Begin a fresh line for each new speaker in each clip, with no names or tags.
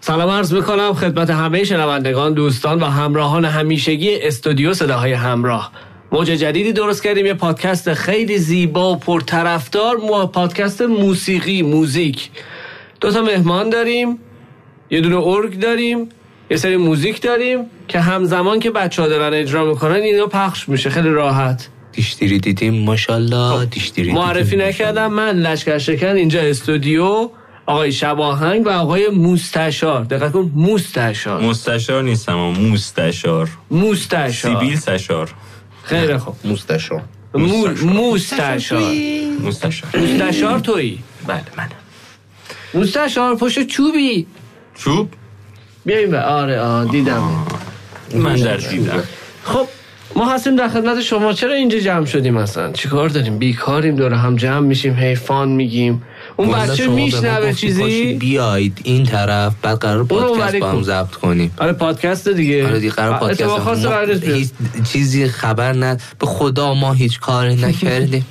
سلام عرض میکنم خدمت همه شنوندگان دوستان و همراهان همیشگی استودیو صداهای همراه موج جدیدی درست کردیم یه پادکست خیلی زیبا و پرطرفدار مو... پادکست موسیقی موزیک دو تا مهمان داریم یه دونه ارگ داریم یه سری موزیک داریم که همزمان که بچه ها دارن اجرا میکنن اینا پخش میشه خیلی راحت
دیشتیری دیدیم ماشالله دیشتیری
خب، معرفی
دیدیم.
نکردم من لشکر شکن اینجا استودیو آقای شباهنگ و آقای مستشار دقت کن مستشار
مستشار نیستم اما موستشار
مستشار
سیبیل سشار
خیلی خوب
مستشار
مو-
مستشار.
مستشار
مستشار
مستشار تویی
بله منم
مستشار پشت چوبی
چوب
بیاییم به آره آه دیدم
من در دیدم
خب ما هستیم در خدمت شما چرا اینجا جمع شدیم اصلا چیکار داریم بیکاریم دور هم جمع میشیم حیفان میگیم اون بچه میشنوه چیزی
بیاید این طرف بعد قرار
اونوری
پادکست با
کن.
هم ضبط کنیم
آره پادکست دیگه
حالا آره دیگه قرار
آه،
پادکست
اتفاق خاص
ما
قرار نیست بیاد.
هیچ چیزی خبر نه به خدا ما هیچ کاری نکردیم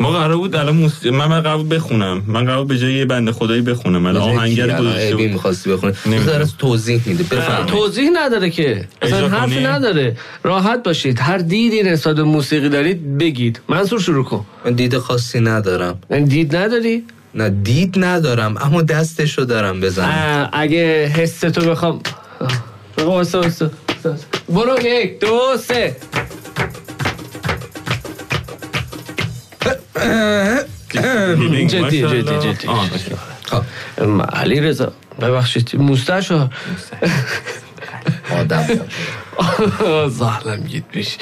ما قرار بود الان موس... من من قرار بود بخونم من قرار بود به جای یه بنده خدایی بخونم الان آهنگر خب، گذاشته
ابی
بود
میخواستی بخونی
نمی‌دونم.
داره توضیح میده بفرمایید
توضیح نداره که اصلا
اجرا
حرفی
کنی؟
نداره راحت باشید هر دیدی نسبت به موسیقی دارید بگید منصور شروع کن
من دید خاصی ندارم
یعنی دید نداری
نه دید ندارم اما دستشو دارم بزنم
اه، اگه حس تو بخوام آه، واسه، واسه، واسه. برو یک دو سه
ببین،
جدی،
ماشاءالله.
جدی، جدی.
آه، اوکی.
خب
ام، علی رضا ببخشید مستشار
آدم
زهرم گید میشه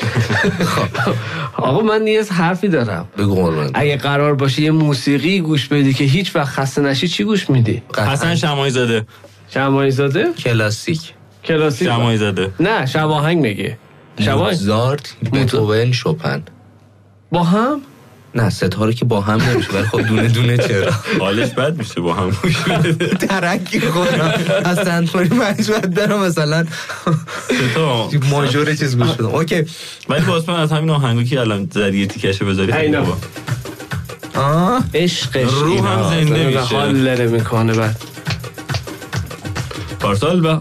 خب، آقا من نیز حرفی دارم
بگو قربان
اگه قرار باشه یه موسیقی گوش بدی که هیچ وقت خسته نشی چی گوش میدی
قطعاً
حسن شمایی زاده
شمایی زاده
کلاسیک
کلاسیک
شمایی زاده
نه شباهنگ میگه شباهنگ
موزارت بتوون شوپن
با هم
نه ستاره که با هم نمیشه ولی خب دونه دونه چرا
حالش بد میشه با هم گوش بده.
ترکی خورم از سنتوری مجموعت دارم مثلا
ستا.
ماژور چیز گوش بدم اوکی
ولی باز من از همین آهنگو که الان زدی یه تیکش بذاری خب، خیلی
اینا.
خوبه.
آه
عشقش
روحم
اینا.
زنده
داره
میشه.
حال لره میکنه بعد
پارسال بهار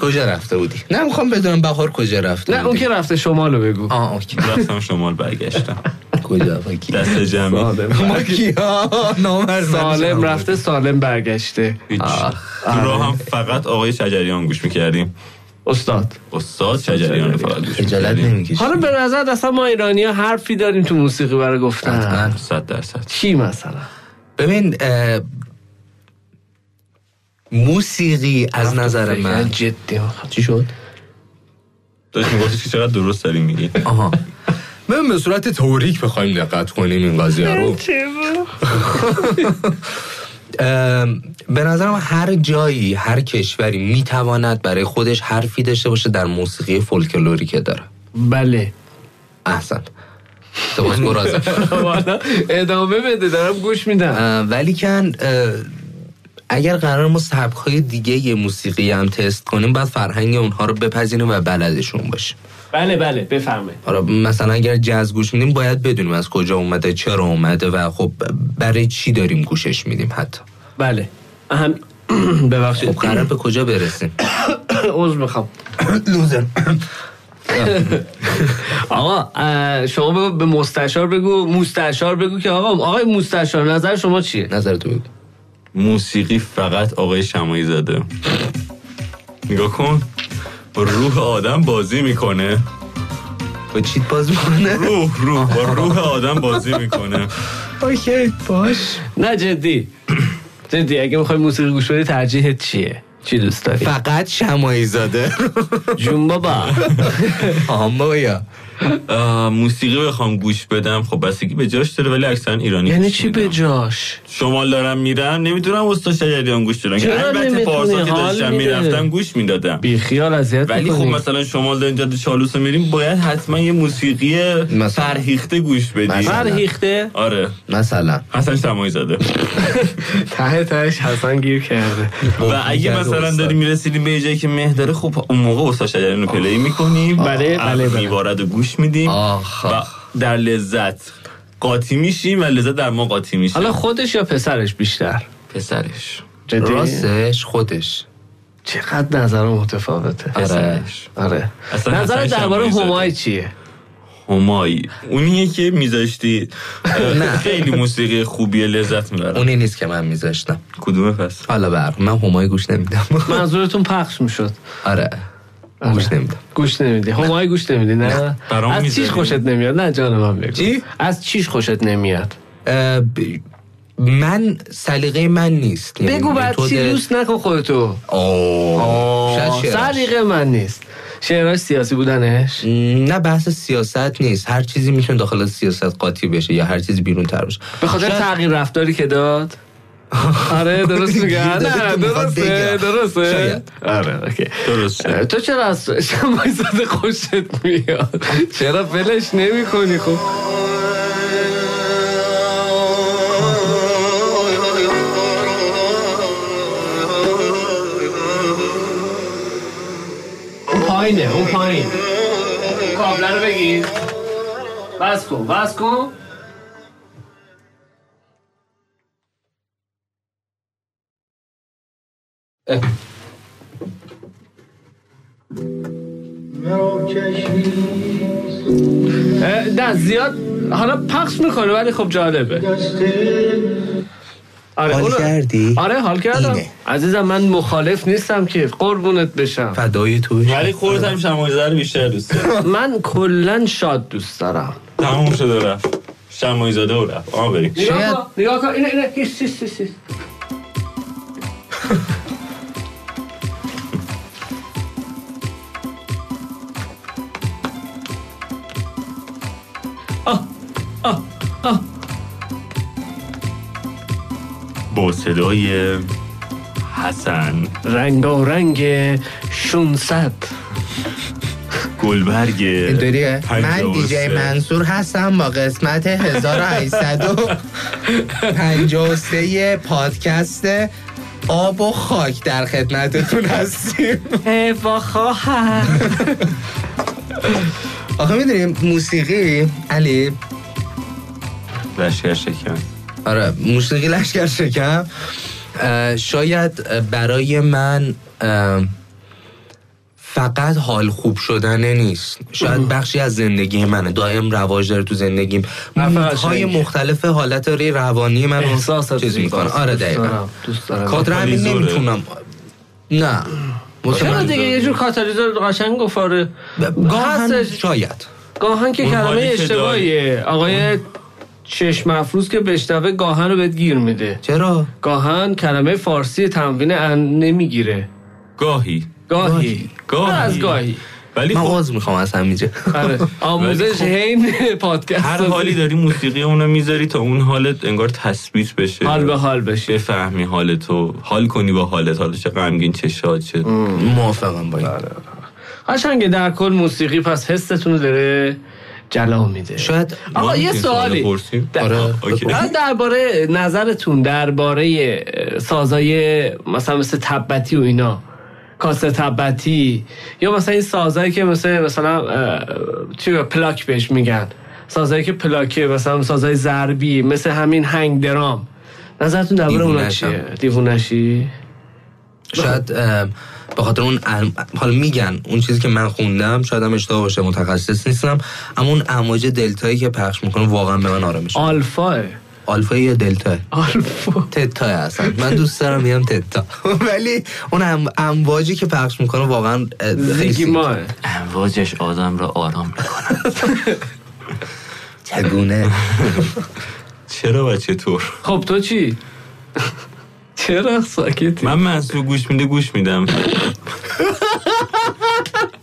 کجا رفته بودی نه میخوام بدونم بهار کجا رفته
نه اون که رفته شمالو بگو
آه اوکی
رفتم شمال برگشتم
کجا با کی
دست جمعی
ما کیا نامرد
سالم رفته سالم برگشته
هیچ. تو
آره.
راه هم فقط آقای شجریان گوش میکردیم
استاد
استاد شجریان رو فقط گوش
خجالت
می‌کردیم.
نمیکشی
حالا به نظر اصلا ما ایرانی ها حرفی داریم تو موسیقی برای گفتن
حتماً.
صد درصد
چی مثلا
ببین اه، موسیقی از نظر من
جدی می‌خوام.
چی شد
داشت میگفتی که چقدر درست داری میگی
آها من به صورت توریک بخوایم دقت کنیم این قضیه رو ام، به نظرم هر جایی هر کشوری میتواند برای خودش حرفی داشته باشه در موسیقی فولکلوری که داره
بله
احسن سپاس گرازم.
حالا ادامه بده دارم گوش میدم
اه، ولی کن اه، اگر قرار ما سبکهای دیگه یه موسیقی هم تست کنیم باید فرهنگ اونها رو بپذیریم و بلدشون باشیم
بله بله بفرمایید
حالا مثلا اگر جاز گوش میدیم باید بدونیم از کجا اومده چرا اومده و خب برای چی داریم گوشش میدیم حتی
بله اهم
خب
ببخشید
قرار به کجا برسیم
عذر میخوام
لوزر
آقا اه، شما بگو به مستشار بگو مستشار بگو که آقا آقای مستشار نظر شما چیه
نظر تو بگو
موسیقی فقط آقای شمایی زده نگاه کن با روح آدم بازی میکنه
با چیت باز میکنه
روح روح با روح آدم بازی میکنه
اوکی باش
نه جدی جدی اگه میخوای موسیقی گوش بدی ترجیحت چیه چی دوست داری
فقط شمایی زاده
جون بابا
آم بایا
آه، موسیقی بخوام گوش بدم خب بستگی به جاش داره ولی اکثرا ایرانی
یعنی
گوش
چی
میدم.
به جاش
شمال دارم میرم نمیدونم استاد شجریان گوش دادن
چرا
البته
نمی‌تونی؟
پارسا که
حال
داشتم
میده.
میرفتم گوش میدادم
بی خیال اذیت
ولی خب
می‌کنی.
مثلا شمال داریم جاده چالوس رو میریم باید حتما یه موسیقی
مثلا.
فرهیخته گوش بدی
مثلا.
فرهیخته
آره
مثلا
حسن شمایی زاده
ته تهش حسن گیر کرده
و اگه مثلا داری میرسیدیم به یه جایی که مه داره خب اون موقع استاد شجریان رو پلی میکنیم
بله، بله، بله.
میوارد و گوش میدیم
آخ،
و در لذت قاطی میشیم و لذت در ما قاطی میشه
حالا خودش یا پسرش بیشتر
پسرش
جدی
راستش خودش
چقدر نظر متفاوته
آره
آره
اصلا
نظر
حسن
درباره
شمایی
همای
زاده.
چیه
همایی اونیه که میذاشتی خیلی موسیقی خوبیه لذت میبرم
اونی نیست که من میذاشتم
کدومه پس
حالا بر من همای گوش نمیدم
خب.
منظورتون پخش میشد
آره گوش نمیدم
گوش نمیدی همای گوش نمیدی نه
برام
از
می‌ذاری.
چیش خوشت نمیاد نه جان من بگو
چی؟
از چیش خوشت نمیاد
اه، ب- من سلیقه من نیست یعنی
بگو بعد
متد-
چی دوست نکن خودتو
آه. شاید
آه،
شعراش.
سلیقه من نیست شعراش سیاسی بودنش
نه بحث سیاست نیست هر چیزی میتونه داخل سیاست قاطی بشه یا هر چیزی بیرون تر بشه
به خاطر
شاید-
تغییر رفتاری که داد آره درست
گیر
میگم
داده
نه
که میخواد
درسته
بگم.
درسته
شاید.
آره اوکی
درسته
تو چرا از شمای زده خوشت میاد چرا فلش نمی کنی خب اون پایینه اون پایین اون کابله رو بگیر بس کن بس کن اه، نه زیاد حالا پخش میکنه ولی خب جالبه آره
حال
اونو-
کردی؟
آره حال کردم
اینه.
عزیزم من مخالف نیستم که قربونت بشم
فدای تو بشه.
ولی خودت هم شمایزه رو بیشتر دوست داری
من کلا شاد دوست دارم
تموم شده و رفت شمایزاده و رفت آبری
نگاه
شاید-
کن نگاه کن اینه اینه هیس، هیس، هیس، هیس.
با صدای حسن
رنگارنگ 600
گلبرگ
اینطوریه.
پنجاه
من
و
دیجی
سه.
منصور هستم با قسمت 1853 پادکست آب و خاک در خدمتتون هستیم
ای با خواهر
آخه میدونیم موسیقی علی
لشکر شکن
آره موسیقی لشکر شکم اه، شاید اه، برای من اه، فقط حال خوب شدنه نیست شاید بخشی از زندگی منه دائم رواج داره تو زندگیم
حرف
های
قشنگی.
مختلف حالت روانی من
احساس
چیز میکنه آره دقیقا
دوست دارم
کادر همین
کاتالیزوره.
نمیتونم نه
چرا
مطمئن.
دیگه یه جور کاتالیزور قشنگ گفاره
گاهن
هستش.
شاید
گاهن که
اون
کلمه
حالی که
اشتباهیه آقای چشم افروز که بشنوه گاهن رو بهت گیر میده
چرا
گاهن کلمه فارسی تنوین ان نمیگیره
گاهی
گاهی
گاهی.
نه از گاهی
ولی
من
خب
عوض میخوام از همینجا
آره
ولی
آموزش
خب-
حین پادکست
هر حالی داری موسیقی اونو میذاری تا اون حالت انگار تثبیت بشه
حال به حال بشی
بفهمی حالتو حال کنی با حالت حالا چه غمگین چه شاد چه
موافقم با این
بله. قشنگه در کل موسیقی پس حستون رو داره جلا میده
شاید
آقا
ما
یه
می‌تونیم
سوالی
سوال بپرسیم؟
در-
آره،
اوکی.
بگو.
من درباره نظرتون درباره سازای مثلا مثل تبتی و اینا کاست تبتی یا مثلا این سازایی که مثل مثلا اه، چی به- پلاک بهش میگن سازایی که پلاکه مثلا سازای ضربی مثل همین هنگ درام نظرتون درباره اونا
دیوونه‌شم.
چیه دیوونشی
شاید اه، به خاطر اون ام- حالا میگن اون چیزی که من خوندم شاید هم اشتباه باشه متخصص نیستم اما اون امواج دلتایی که پخش میکنه واقعا به من آرامش میده.
آلفا
آلفا یا دلتا
آلفا
تتا هستن من دوست دارم میگم تتا ولی اون ام- امواجی که پخش میکنه واقعا اه، خیلی
زیگیماه
امواجش آدم را آرام میکنه
چگونه
چرا و چطور
خب تو چی چرا ساکتی
من منصور گوش میده گوش میدم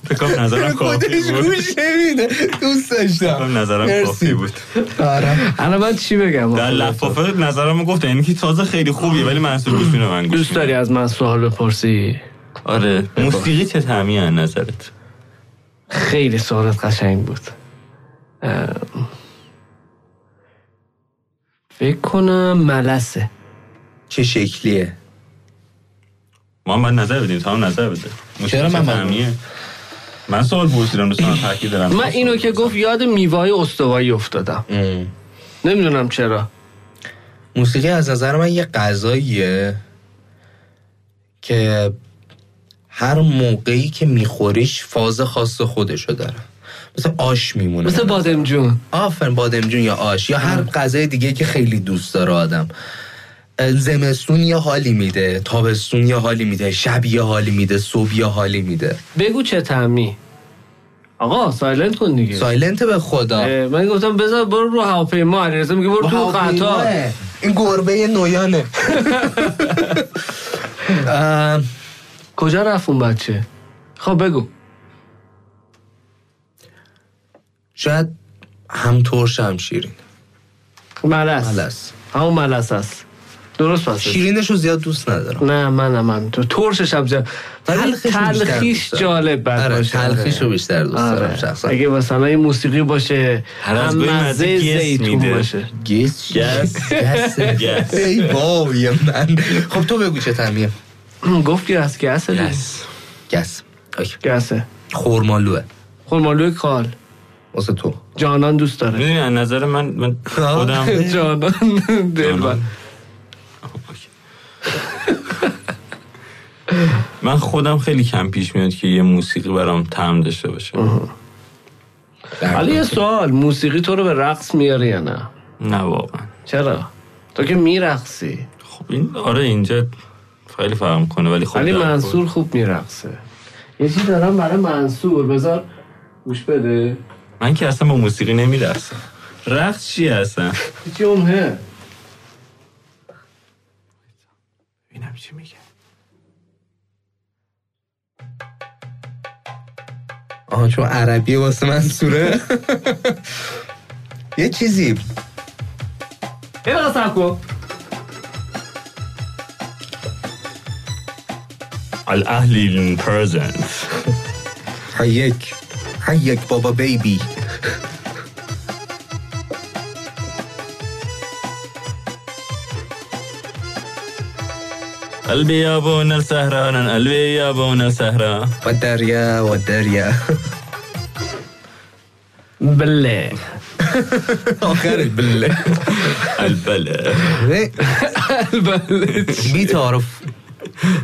فکرم نظرم کافی
خودش
بود
گوش نمیده دوست داشتم
فکرم نظرم
مرسی.
کافی بود
آره
الان من چی بگم
در لفافه نظرم گفت یعنی که تازه خیلی خوبیه ولی منصور گوش میده من گوش
دوست داری از من سوال بپرسی
می‌دم. آره موسیقی چه تعمیه از نظرت
خیلی سوالت قشنگ بود ام، فکر کنم ملسه
چه شکلیه
ما هم باید نظر بدیم تو هم نظر بده موسیقی
چرا
چه
من باید؟
تعمیه من سوال پرسیدم دوستان تاکید دارم
من اینو که گفت یاد میوه استوایی افتادم نمیدونم چرا
موسیقی از نظر من یه غذاییه که هر موقعی که میخوریش فاز خاص خودشو داره مثل آش میمونه
مثل بادم جون
آفرین بادمجون یا آش یا هر غذای دیگه که خیلی دوست داره آدم زمستون یه حالی میده تابستون یه حالی میده شب یه حالی میده صبح یه حالی میده
بگو چه تعمی آقا سایلنت کن دیگه
سایلنت به خدا
اه، من گفتم بذار برو رو هواپیما علیرضا میگه برو تو قطار
هواپیماه. این گربه نویانه اه،
کجا رفت اون بچه خب بگو
شاید همطور هم شیرین
ملس
ملس.
همون ملس است درست پس
شیرینش رو زیاد دوست ندارم
نه من نه من تو ترشش هم جا
ولی
تل-
تلخیش بیشتر
تلخیش
دوست دارم.
جالب بعد
آره تلخیش رو بیشتر دوست دارم شخصا
اگه مثلا یه موسیقی باشه
هر از
هم
گاهی
مزه
مزه گس
زیتون
میده.
باشه
گس
گس.
گس
گس.
ای وای من خب تو بگو چه تعمیه
گفت که از گسه دیگه.
یس
گس آی.
گسه
خورمالوه
خورمالوی کال
واسه تو
جانان دوست داره
میدونی از نظر من من
خب.
خودم
جانان دلبر
جانان. من خودم خیلی کم پیش میاد که یه موسیقی برام طعم داشته باشه
حالا یه سوال موسیقی تو رو به رقص میاره یا نه
نه واقعا
چرا تو که میرقصی
خب این آره اینجا خیلی فرق کنه ولی خب
ولی
در کل.
منصور خوب میرقصه یه چیز دارم برای منصور بذار گوش بده
من که اصلا با موسیقی نمیرسم رقص چی اصلا
جمعه
ببینم چی میگه
آها چون عربیه واسه من سوره یه چیزی
یه دقیقه صبر کن
الاهلی پرزنت
هیک هیک بابا بیبی
قلبي يا بون السهرة أنا قلبي يا بون السهرة
و دریا و دریا
بله
آخرش بله
البلا
بله
بیتارف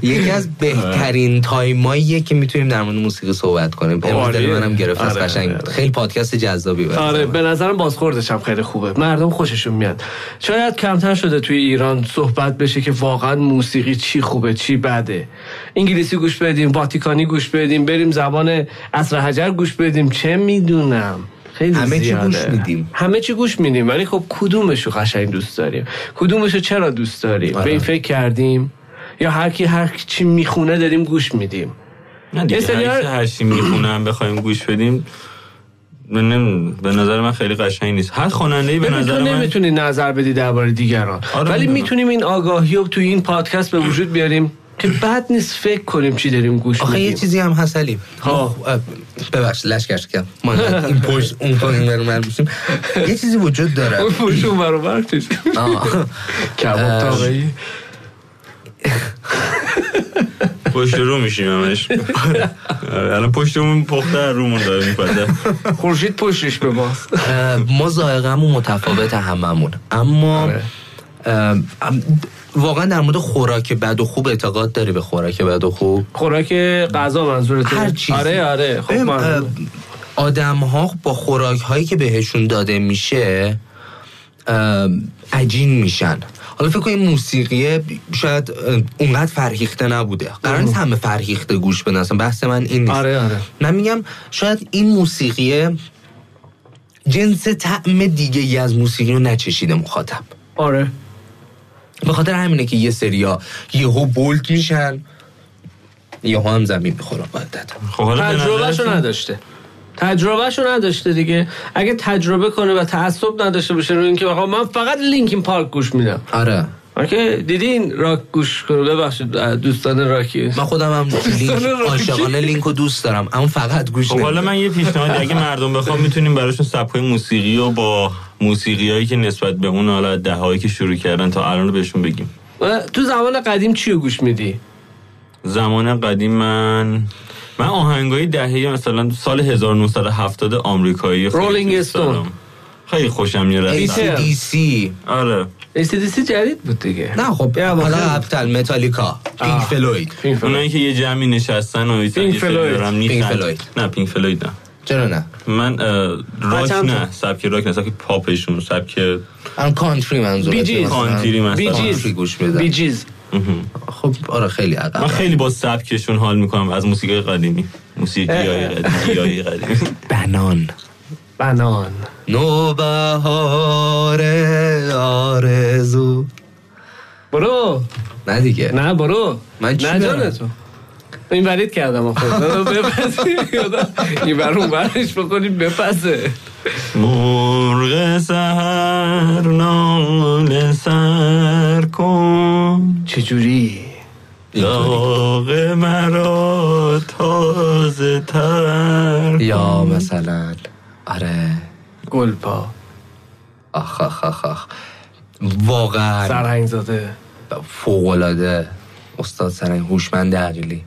یکی از بهترین تایماییه که میتونیم در مورد موسیقی صحبت کنیم امروز دل
عالیه.
منم گرفت از
آره،
قشنگ
آره، آره.
خیلی پادکست جذابی بود
آره به نظرم بازخوردش هم خیلی خوبه مردم خوششون میاد شاید کمتر شده توی ایران صحبت بشه که واقعا موسیقی چی خوبه چی بده انگلیسی گوش بدیم واتیکانی گوش بدیم بریم زبان اصر حجر گوش بدیم چه میدونم خیلی
همه چی
زیاده.
گوش میدیم.
همه چی گوش میدیم ولی خب کدومشو قشنگ دوست داریم کدومشو چرا دوست داریم
آره.
به این فکر کردیم یا هر کی هر چی میخونه داریم گوش میدیم
نه دیگه
یه سری
هر
ها-
چی هر چی میخونم بخوایم گوش بدیم من نمی‌دونم. به نظر من خیلی قشنگ نیست هر خواننده به
ببین،
نظر
تو
من
نمیتونی نظر بدی درباره دیگران
آره،
ولی
میدونم.
میتونیم این آگاهی رو توی این پادکست به وجود بیاریم که بد نیست فکر کنیم چی داریم گوش
آخه یه
میدیم
چیزی هم هست علی
ها.
ما- اه، ببخش لشکر کردم ما انقدر این پشت اون پشت این برون میشیم یه چیزی وجود داره
اون فروشون برابر توش.
آه.
کباب تاقه‌ای.
پشت رو میشیم همش آره، الان پشتمون پخته رومون داره میپده
خورشید پشتش به ماست
اه، ما ذائقه‌مون متفاوت هممون اما
آره.
اه، ام، واقعا در مورد خوراک بد و خوب اعتقاد داری به خوراک بد و خوب
خوراک غذا منظورته
هر چیزی
آره آره خب معلومه.
آدم ها با خوراک هایی که بهشون داده میشه ام، عجین میشن حالا فکر کنید موسیقی شاید اه، اونقدر فرهیخته نبوده قرار نیست همه فرهیخته گوش بدن اصلا بحث من این نیست
آره، آره.
من میگم شاید این موسیقی جنس طعم دیگه ای از موسیقی رو نچشیده مخاطب
آره
به خاطر همینه که یه سریا یهو بولد میشن یهو هم زمین میخورن قاعدتا
خب حالا به
تجربهشو
نظر
نداشته تجربهشو نداشته دیگه اگه تجربه کنه و تعصب نداشته باشه روی اینکه آقا من فقط لینکین پارک گوش میدم
آره
آکه دیدین راک گوش کنه ببخشید دوستان راکی
من خودم هم لینک
راکی.
عاشقانه لینک رو دوست دارم اما فقط گوش
خب حالا
نمیدم.
من یه پیشنهاد اگه مردم بخوام میتونیم براشون سبکای موسیقی و با موسیقی هایی که نسبت به اون حالا دهایی که شروع کردن تا الان رو بهشون بگیم
اه، تو زمان قدیم چی رو گوش میدی؟
زمان قدیم من من آهنگای دهه مثلا سال 1970 آمریکایی خیلی
رولینگ
دوست دارم.
استون.
خیلی خوشم میاد از
ایسه.
سمت.
ACDC
آره
ACDC جدید بود دیگه
نه خب
یا
حالا
واقعا.
ابتل متالیکا پینک
آه.
فلوید
پینک فلوید.
اونایی که یه جمعی نشستن و یه
پینک
سری
فلوید.
دارن
پینک
میخند.
فلوید.
نه پینک فلوید نه
چرا نه
من اه، راک
بچه‌م
نه سبک راک نه سبک پاپشون سبک
من کانتری منظورم
بیجیز.
کانتری مثلا.
بیجیز
کانتری گوش بدم
بیجیز
خب آره خیلی
من
عقب
خیلی با سبکشون حال میکنم از موسیقی قدیمی موسیقی های قدیمی های قدیمی
بنان
بنان
نوبهار آرزو
برو
نه دیگه
نه برو
من چی
نه
برم؟
جان تو این ورید کردم آخه دادا بپسی این بر اون برش بکنیم بپسه
مرغ سهر نال سر کن
چجوری
داغ مرا تازه تر
یا مثلا آره
گلپا
آخ آخ آخ آخ واقعا
سرهنگ زاده
فوقلاده استاد سرنگ هوشمند عقیلی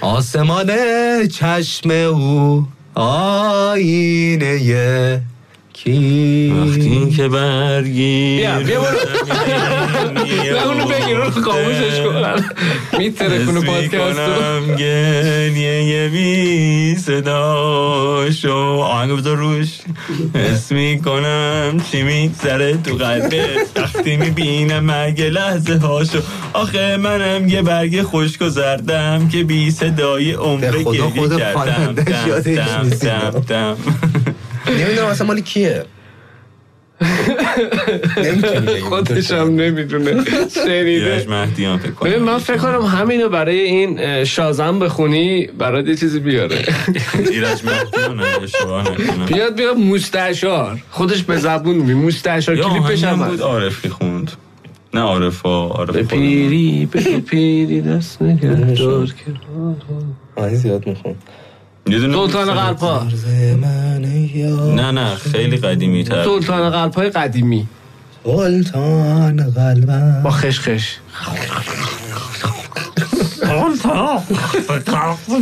آسمان چشم او آینه کی
وقتی که برگی
بیا، بیا برو. نه اونو بگیر اونو خاموشش کن میتره کنو پادکست رو
کنم گریه بی صداشو آهنگ بذار روش حس میکنم چی میگذره تو قلبه وقتی میبینم مرگ لحظه هاشو آخه منم یه برگ خشک و زردم که بی صدای
به
عمر
خدا
گریه
خود
کردم
خواننده‌ش
دم،
یادش
دم،
نیست
دم،
اینا.
دم.
نمیدونم اصلا مال کیه نمی‌تونی بگی.
خودشم نمیدونه
ایرج
شنیده
مهدیان فکر کنم
ببین من فکر کنم همینو برای این اه، شازم بخونی برای یه چیزی بیاره
ایرج مهدیان هم اشتباه نکنم
بیاد بیاد مستشار خودش به زبون می مستشار
یا
کلیپش
آهنگم
هم
بود
هست.
عارفی خوند نه عارفا عارف
به
خودم.
پیری به پیری دست نگه دار که
آه، زیاد میخون
یه دونه
سلطان
بود.
قلبها
نه نه خیلی قدیمی تر
سلطان قلبهای قدیمی
سلطان قلبم
با خشخش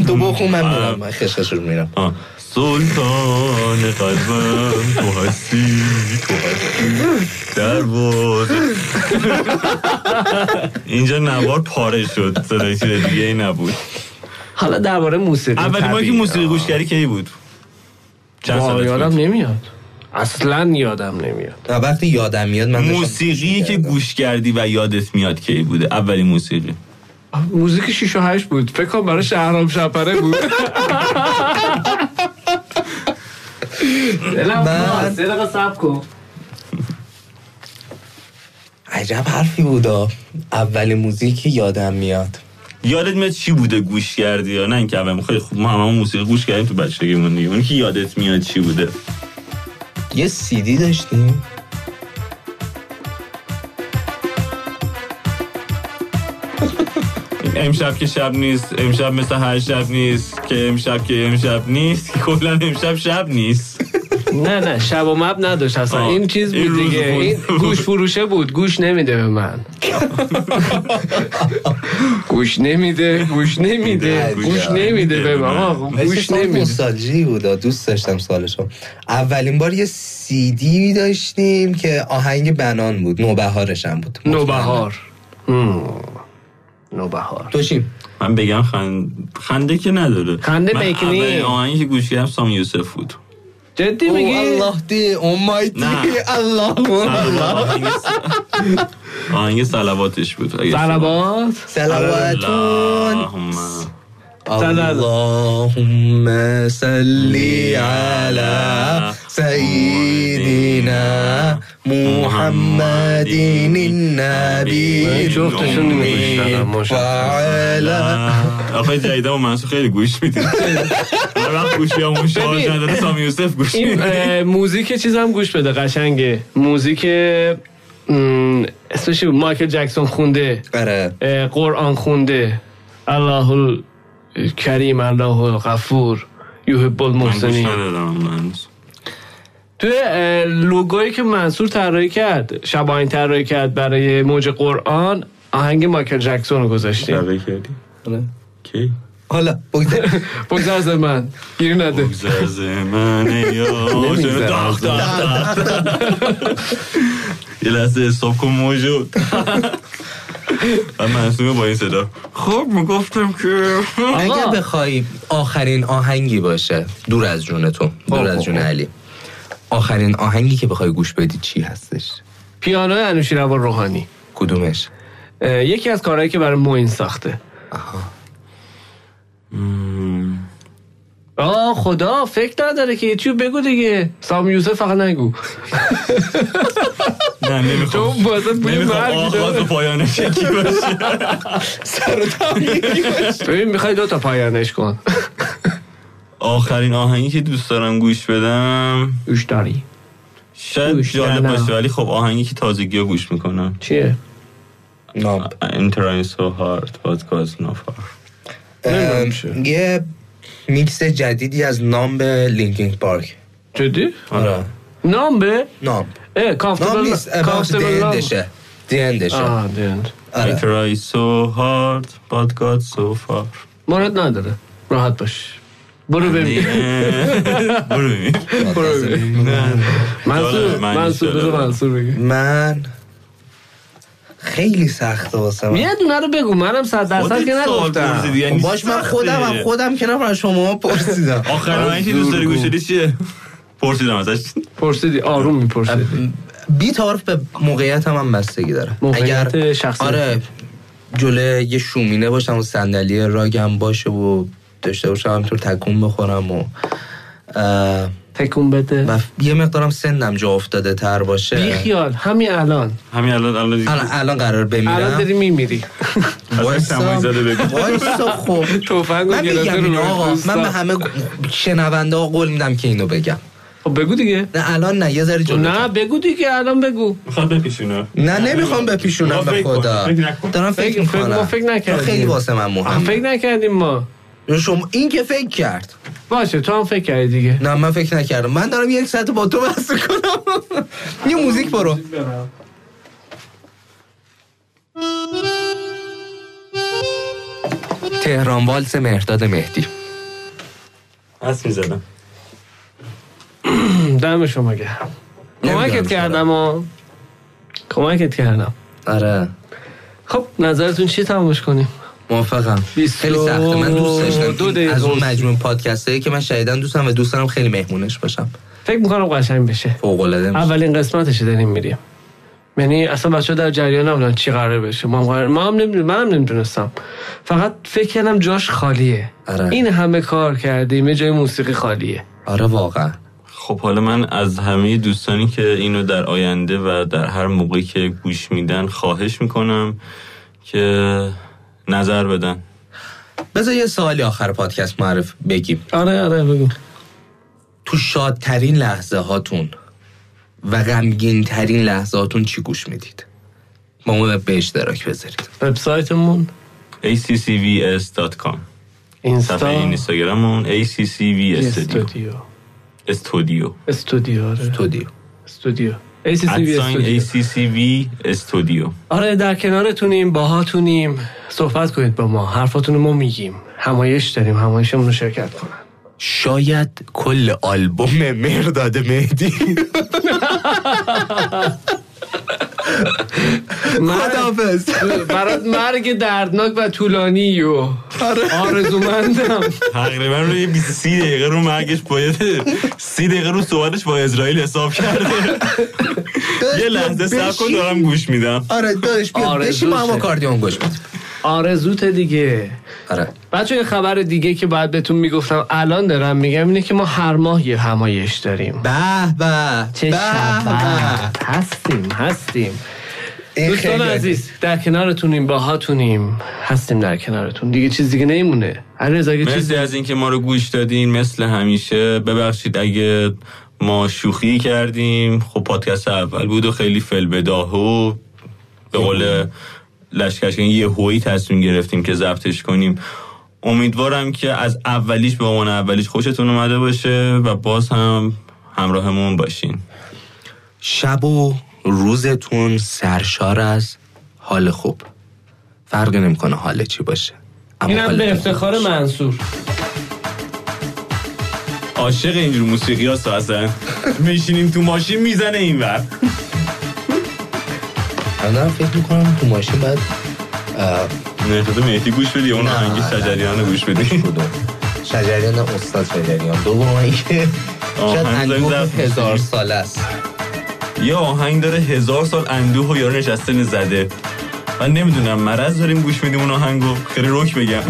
تو بخون من میرم من خشخش رو میرم
آه. سلطان قلبم تو هستی تو هستی در باز اینجا نوار پاره شد صدای چیز دیگه ای نبود
حالا درباره موسیقی
اولین باری که
طبیعی.
موسیقی گوشگری کی بود چند
وای،
سالت
یادم
بود
نمیاد اصلا یادم نمیاد
و وقتی یادم میاد من داشتم
موسیقی که
می‌کردم.
گوش کردی و یادت میاد کی بوده اولین موسیقی
موزیک 6 و 8 بود فکر کنم برای شهرام شپره بود دلم
من-
خواست. یه دقیقه صبر کن
عجب حرفی بودا اول موزیک یادم میاد
یادت میاد چی بوده گوش کردی یا نه اینکه اول خیلی خوب ما هممون موسیقی گوش کردیم تو بچگیمون دیگه اون که یادت میاد چی بوده
یه سیدی داشتیم
امشب که شب نیست امشب مثل هر شب نیست که امشب که امشب نیست که کلا امشب شب نیست
نه نه شب و مب نداشت اصلا
آه.
این چیز
این
بود
روز
دیگه
بود.
این گوش فروشه بود گوش نمیده به من گوش نمیده گوش نمیده
گوش
گوش نمیده به من آقا،
مثل
گوش
سال
نمیده
نوستالژی بودا دوست داشتم سالشو اولین بار یه سیدی داشتیم که آهنگ بنان بود نوبهارش هم بود
نوبهار هم. نوبهار
تو چی؟
من بگم خند... خنده که نداره
خنده
من
بکنی.
اولین آهنگی که گوش کردم سام یوسف بود
جدی
او
میگی
الله دی اومایتی
نه.
الله
آهنگ س- آهنگ سلواتش بود اگه
ضربات
سلواتون
اللهم.
اللهم صلی علی سیدنا محمد النبی
من جفتشون
الأمي
نمی‌گوشتم، ماشاءالله.
وعلى
آخه جدیدا و منصور خیلی گوش میدیم هر وقت گوشی همون شارژ
ببین.
نداره سامی یوسف گوش
این
میدیم
اه، موزیک چیزم گوش بده قشنگه موزیک م، اسمش چی بود؟ مایکل جکسون خونده
آره
اه، قرآن خونده الله کریم الله الغفور یحب
من گوش
المحسنین
ندادم من
تو اه، لوگویی که منصور طراحی کرد شباین طراحی کرد
بله.
برای موج قرآن آهنگ مایکل جکسون رو گذاشتیم
کردی کی
حالا بگذار
بگذار از من گیری نده
بگذر ز من ای
نمی‌گذره.
آشنا. داغ، داغ، داغ. یه لحظه استاپ کن موجود و معصومه با این صدا خب میگفتم که
آقا.
اگه بخوای آخرین آهنگی باشه دور از جون تو دور
خب،
از جون
خب.
علی آخرین آهنگی که بخوای گوش بدی چی هستش
پیانو انوشیروان روحانی
کدومش
اه، یکی از کارهایی که برای موین ساخته آه خدا فکر نداره که یه چیو بگو دیگه سام یوسف فقط نگو
نه نمیخوام
چون باید بوی
نمیخوام
مرگ
آغاز
داره.
و پایانش یکی باشه
ببین میخوای دو تا پایانش کن
آخرین آهنگی که دوست دارم گوش بدم
گوش داری
شاید
گوش
جالب
کردم.
باشه ولی خب آهنگی که تازگی رو گوش میکنم
چیه
نام
I'm trying so hard what goes no far
نمیدونم چیه.
یه میکس جدیدی از نام به لینکینگ پارک
جدی
آره
نام به
نام
اه
نام
کامفتبل
نیست about the endشه. The endشه.
آه دند
آره.
I try so hard but got so far
مورد نداره راحت باش برو ببین
برو ببین
آره،
برو ببین. منصور
جالبه، من
منصور
جالبه.
بذار منصور بگه
من خیلی سخته واسه من خب،
یه دونه رو بگو منم صد درصد
خودت
که
سوال پرسیدی،
نگفتم
یعنی
باش من
سخته.
خودم هم آره. خودم که نبرم شما پرسیدم
آخر آهنگی که دوست داری گوش بدی چیه پرسیدم ازش
پرسیدی آروم میپرسیدی
بی تعارف به موقعیت هم, هم بستگی داره
موقعیت شخصی.
آره جلوی یه شومینه باشم و صندلی راگم باشه و داشته باشم همینطور تکون بخورم و اه،
تکون بده
و یه مقدارم سنم جا افتاده تر باشه
بی خیال همین الان
همین الان الان دیگه.
الان الان قرار
الان
بمیرم
داری میمیری
اصلا سمایی زده بگو
وایسا خب
تفنگ و
من
گلاسه
میگم
رو
اینو
به
آقا
دوستان.
من به همه شنونده ها قول میدم که اینو بگم
خب بگو دیگه
نه الان نه یه ذره جلوتر.
نه بگو دیگه الان بگو
میخواد بپیشونه
نه نمیخوام بپیشونم
ما
به
فکر
خدا
کنیم، فکر نکن.
دارم فکر
فکر- فکر-
میکنم
ما فکر نکردیم.
خیلی واسه من
آه،
مهم
فکر نکردیم ما
شما این که فکر کرد
باشه تو هم فکر کردی دیگه
نه من فکر نکردم من دارم یک ساعت با تو بحث کنم یه موزیک برو تهران والس مهرداد مهدی
هست میزدم
دم شما گرم
نمیدونم چرا.
کمکت کردم و کمکت کردم
آره
خب نظرتون چی تمامش کنیم
موافقم
بیست
خیلی
و
سخته من دوست داشتم
دو
این
دقیقه
از اون
است.
مجموع پادکست که من شدیدن دوست دارم و دوست دارم خیلی مهمونش باشم
فکر میکنم قشنگ بشه
فوق العاده
اولین قسمتش داریم میریم یعنی اصلا بچه در جریان نبودن چی قراره بشه ما هم, قرار... ما هم نمی‌دونم- من هم نمیدونستم فقط فکر کردم جاش خالیه
آره.
این همه کار کردیم یه جای موسیقی خالیه
آره واقعا
خب حالا من از همه دوستانی که اینو در آینده و در هر موقعی که گوش میدن خواهش میکنم که نظر بدن
بذار یه سوالی آخر پادکست معرف بگیم
آره آره بگو
تو شادترین لحظه هاتون و غمگین ترین لحظه هاتون چی گوش میدید با ما به اشتراک بذارید
وبسایتمون
accvs.com صفحه
اینستا
اینستاگراممون accvs استودیو.
استودیو
استودیو
استودیو آره
تو دیو
استودیو ACCV
ادساین
استودیو
ACCV استودیو
آره در کنارتونیم باهاتونیم صحبت کنید با ما حرفاتون رو ما میگیم همایش داریم همایشمون رو شرکت کنن
شاید کل آلبوم مرداد مهدی آره. خدافز
برات مرگ دردناک و طولانی و
آره.
آرزومندم
تقریبا روی 20 سی دقیقه رو مرگش باید سی دقیقه رو صحبتش با اسرائیل حساب کرده یه لحظه صبر کن دارم گوش میدم
آره دادش بیا
آرزوشه.
بشین با هم آکاردیون گوش بدیم
آرزوت دیگه
آره
بچه یه خبر دیگه که باید بهتون میگفتم الان دارم میگم اینه که ما هر ماه یه همایش داریم
به به
چه
به به.
شبت هستیم هستیم
این
دوستان
خیلی
عزیز در کنارتونیم باهاتونیم هستیم در کنارتون دیگه چیز دیگه نمیمونه علیرضا اگه چیز
مرسی از اینکه ما رو گوش دادین مثل همیشه ببخشید اگه ما شوخی کردیم خب پادکست اول بود و خیلی فل بداه و به قول لشکرشکن یه هویی تصمیم گرفتیم که ضبطش کنیم امیدوارم که از اولیش به عنوان اولیش خوشتون اومده باشه و باز هم همراهمون باشین
شب و روزتون سرشار از حال خوب فرق نمیکنه حال چی باشه اما
اینم
حالا
به افتخار
خوبش.
منصور
عاشق اینجور موسیقی هست اصلا میشینیم تو ماشین میزنه این ور
الان فکر میکنم تو ماشین باید اه،
نه خدا مهدی گوش بدی اون
نه،
آهنگ
نه،
شجریان
نه.
گوش بدی
کدوم؟ شجریان استاد شجریان دوم اینکه
آه،
شاید
هنوز داریم
انگور
ضبط می‌کنیم.
هزار سال است
یه آهنگ داره هزار سال اندوه و یارو نشسته زده من نمیدونم مرض داریم گوش میدیم اون آهنگو خیلی رک بگم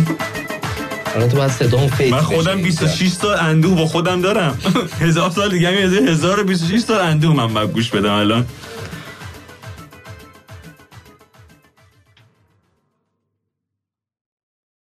حالا تو باید صدام فیک
من خودم 26 سال اندوه با خودم دارم هزار سال دیگه هم یه هزار و 26 سال اندوه من باید گوش بدم الان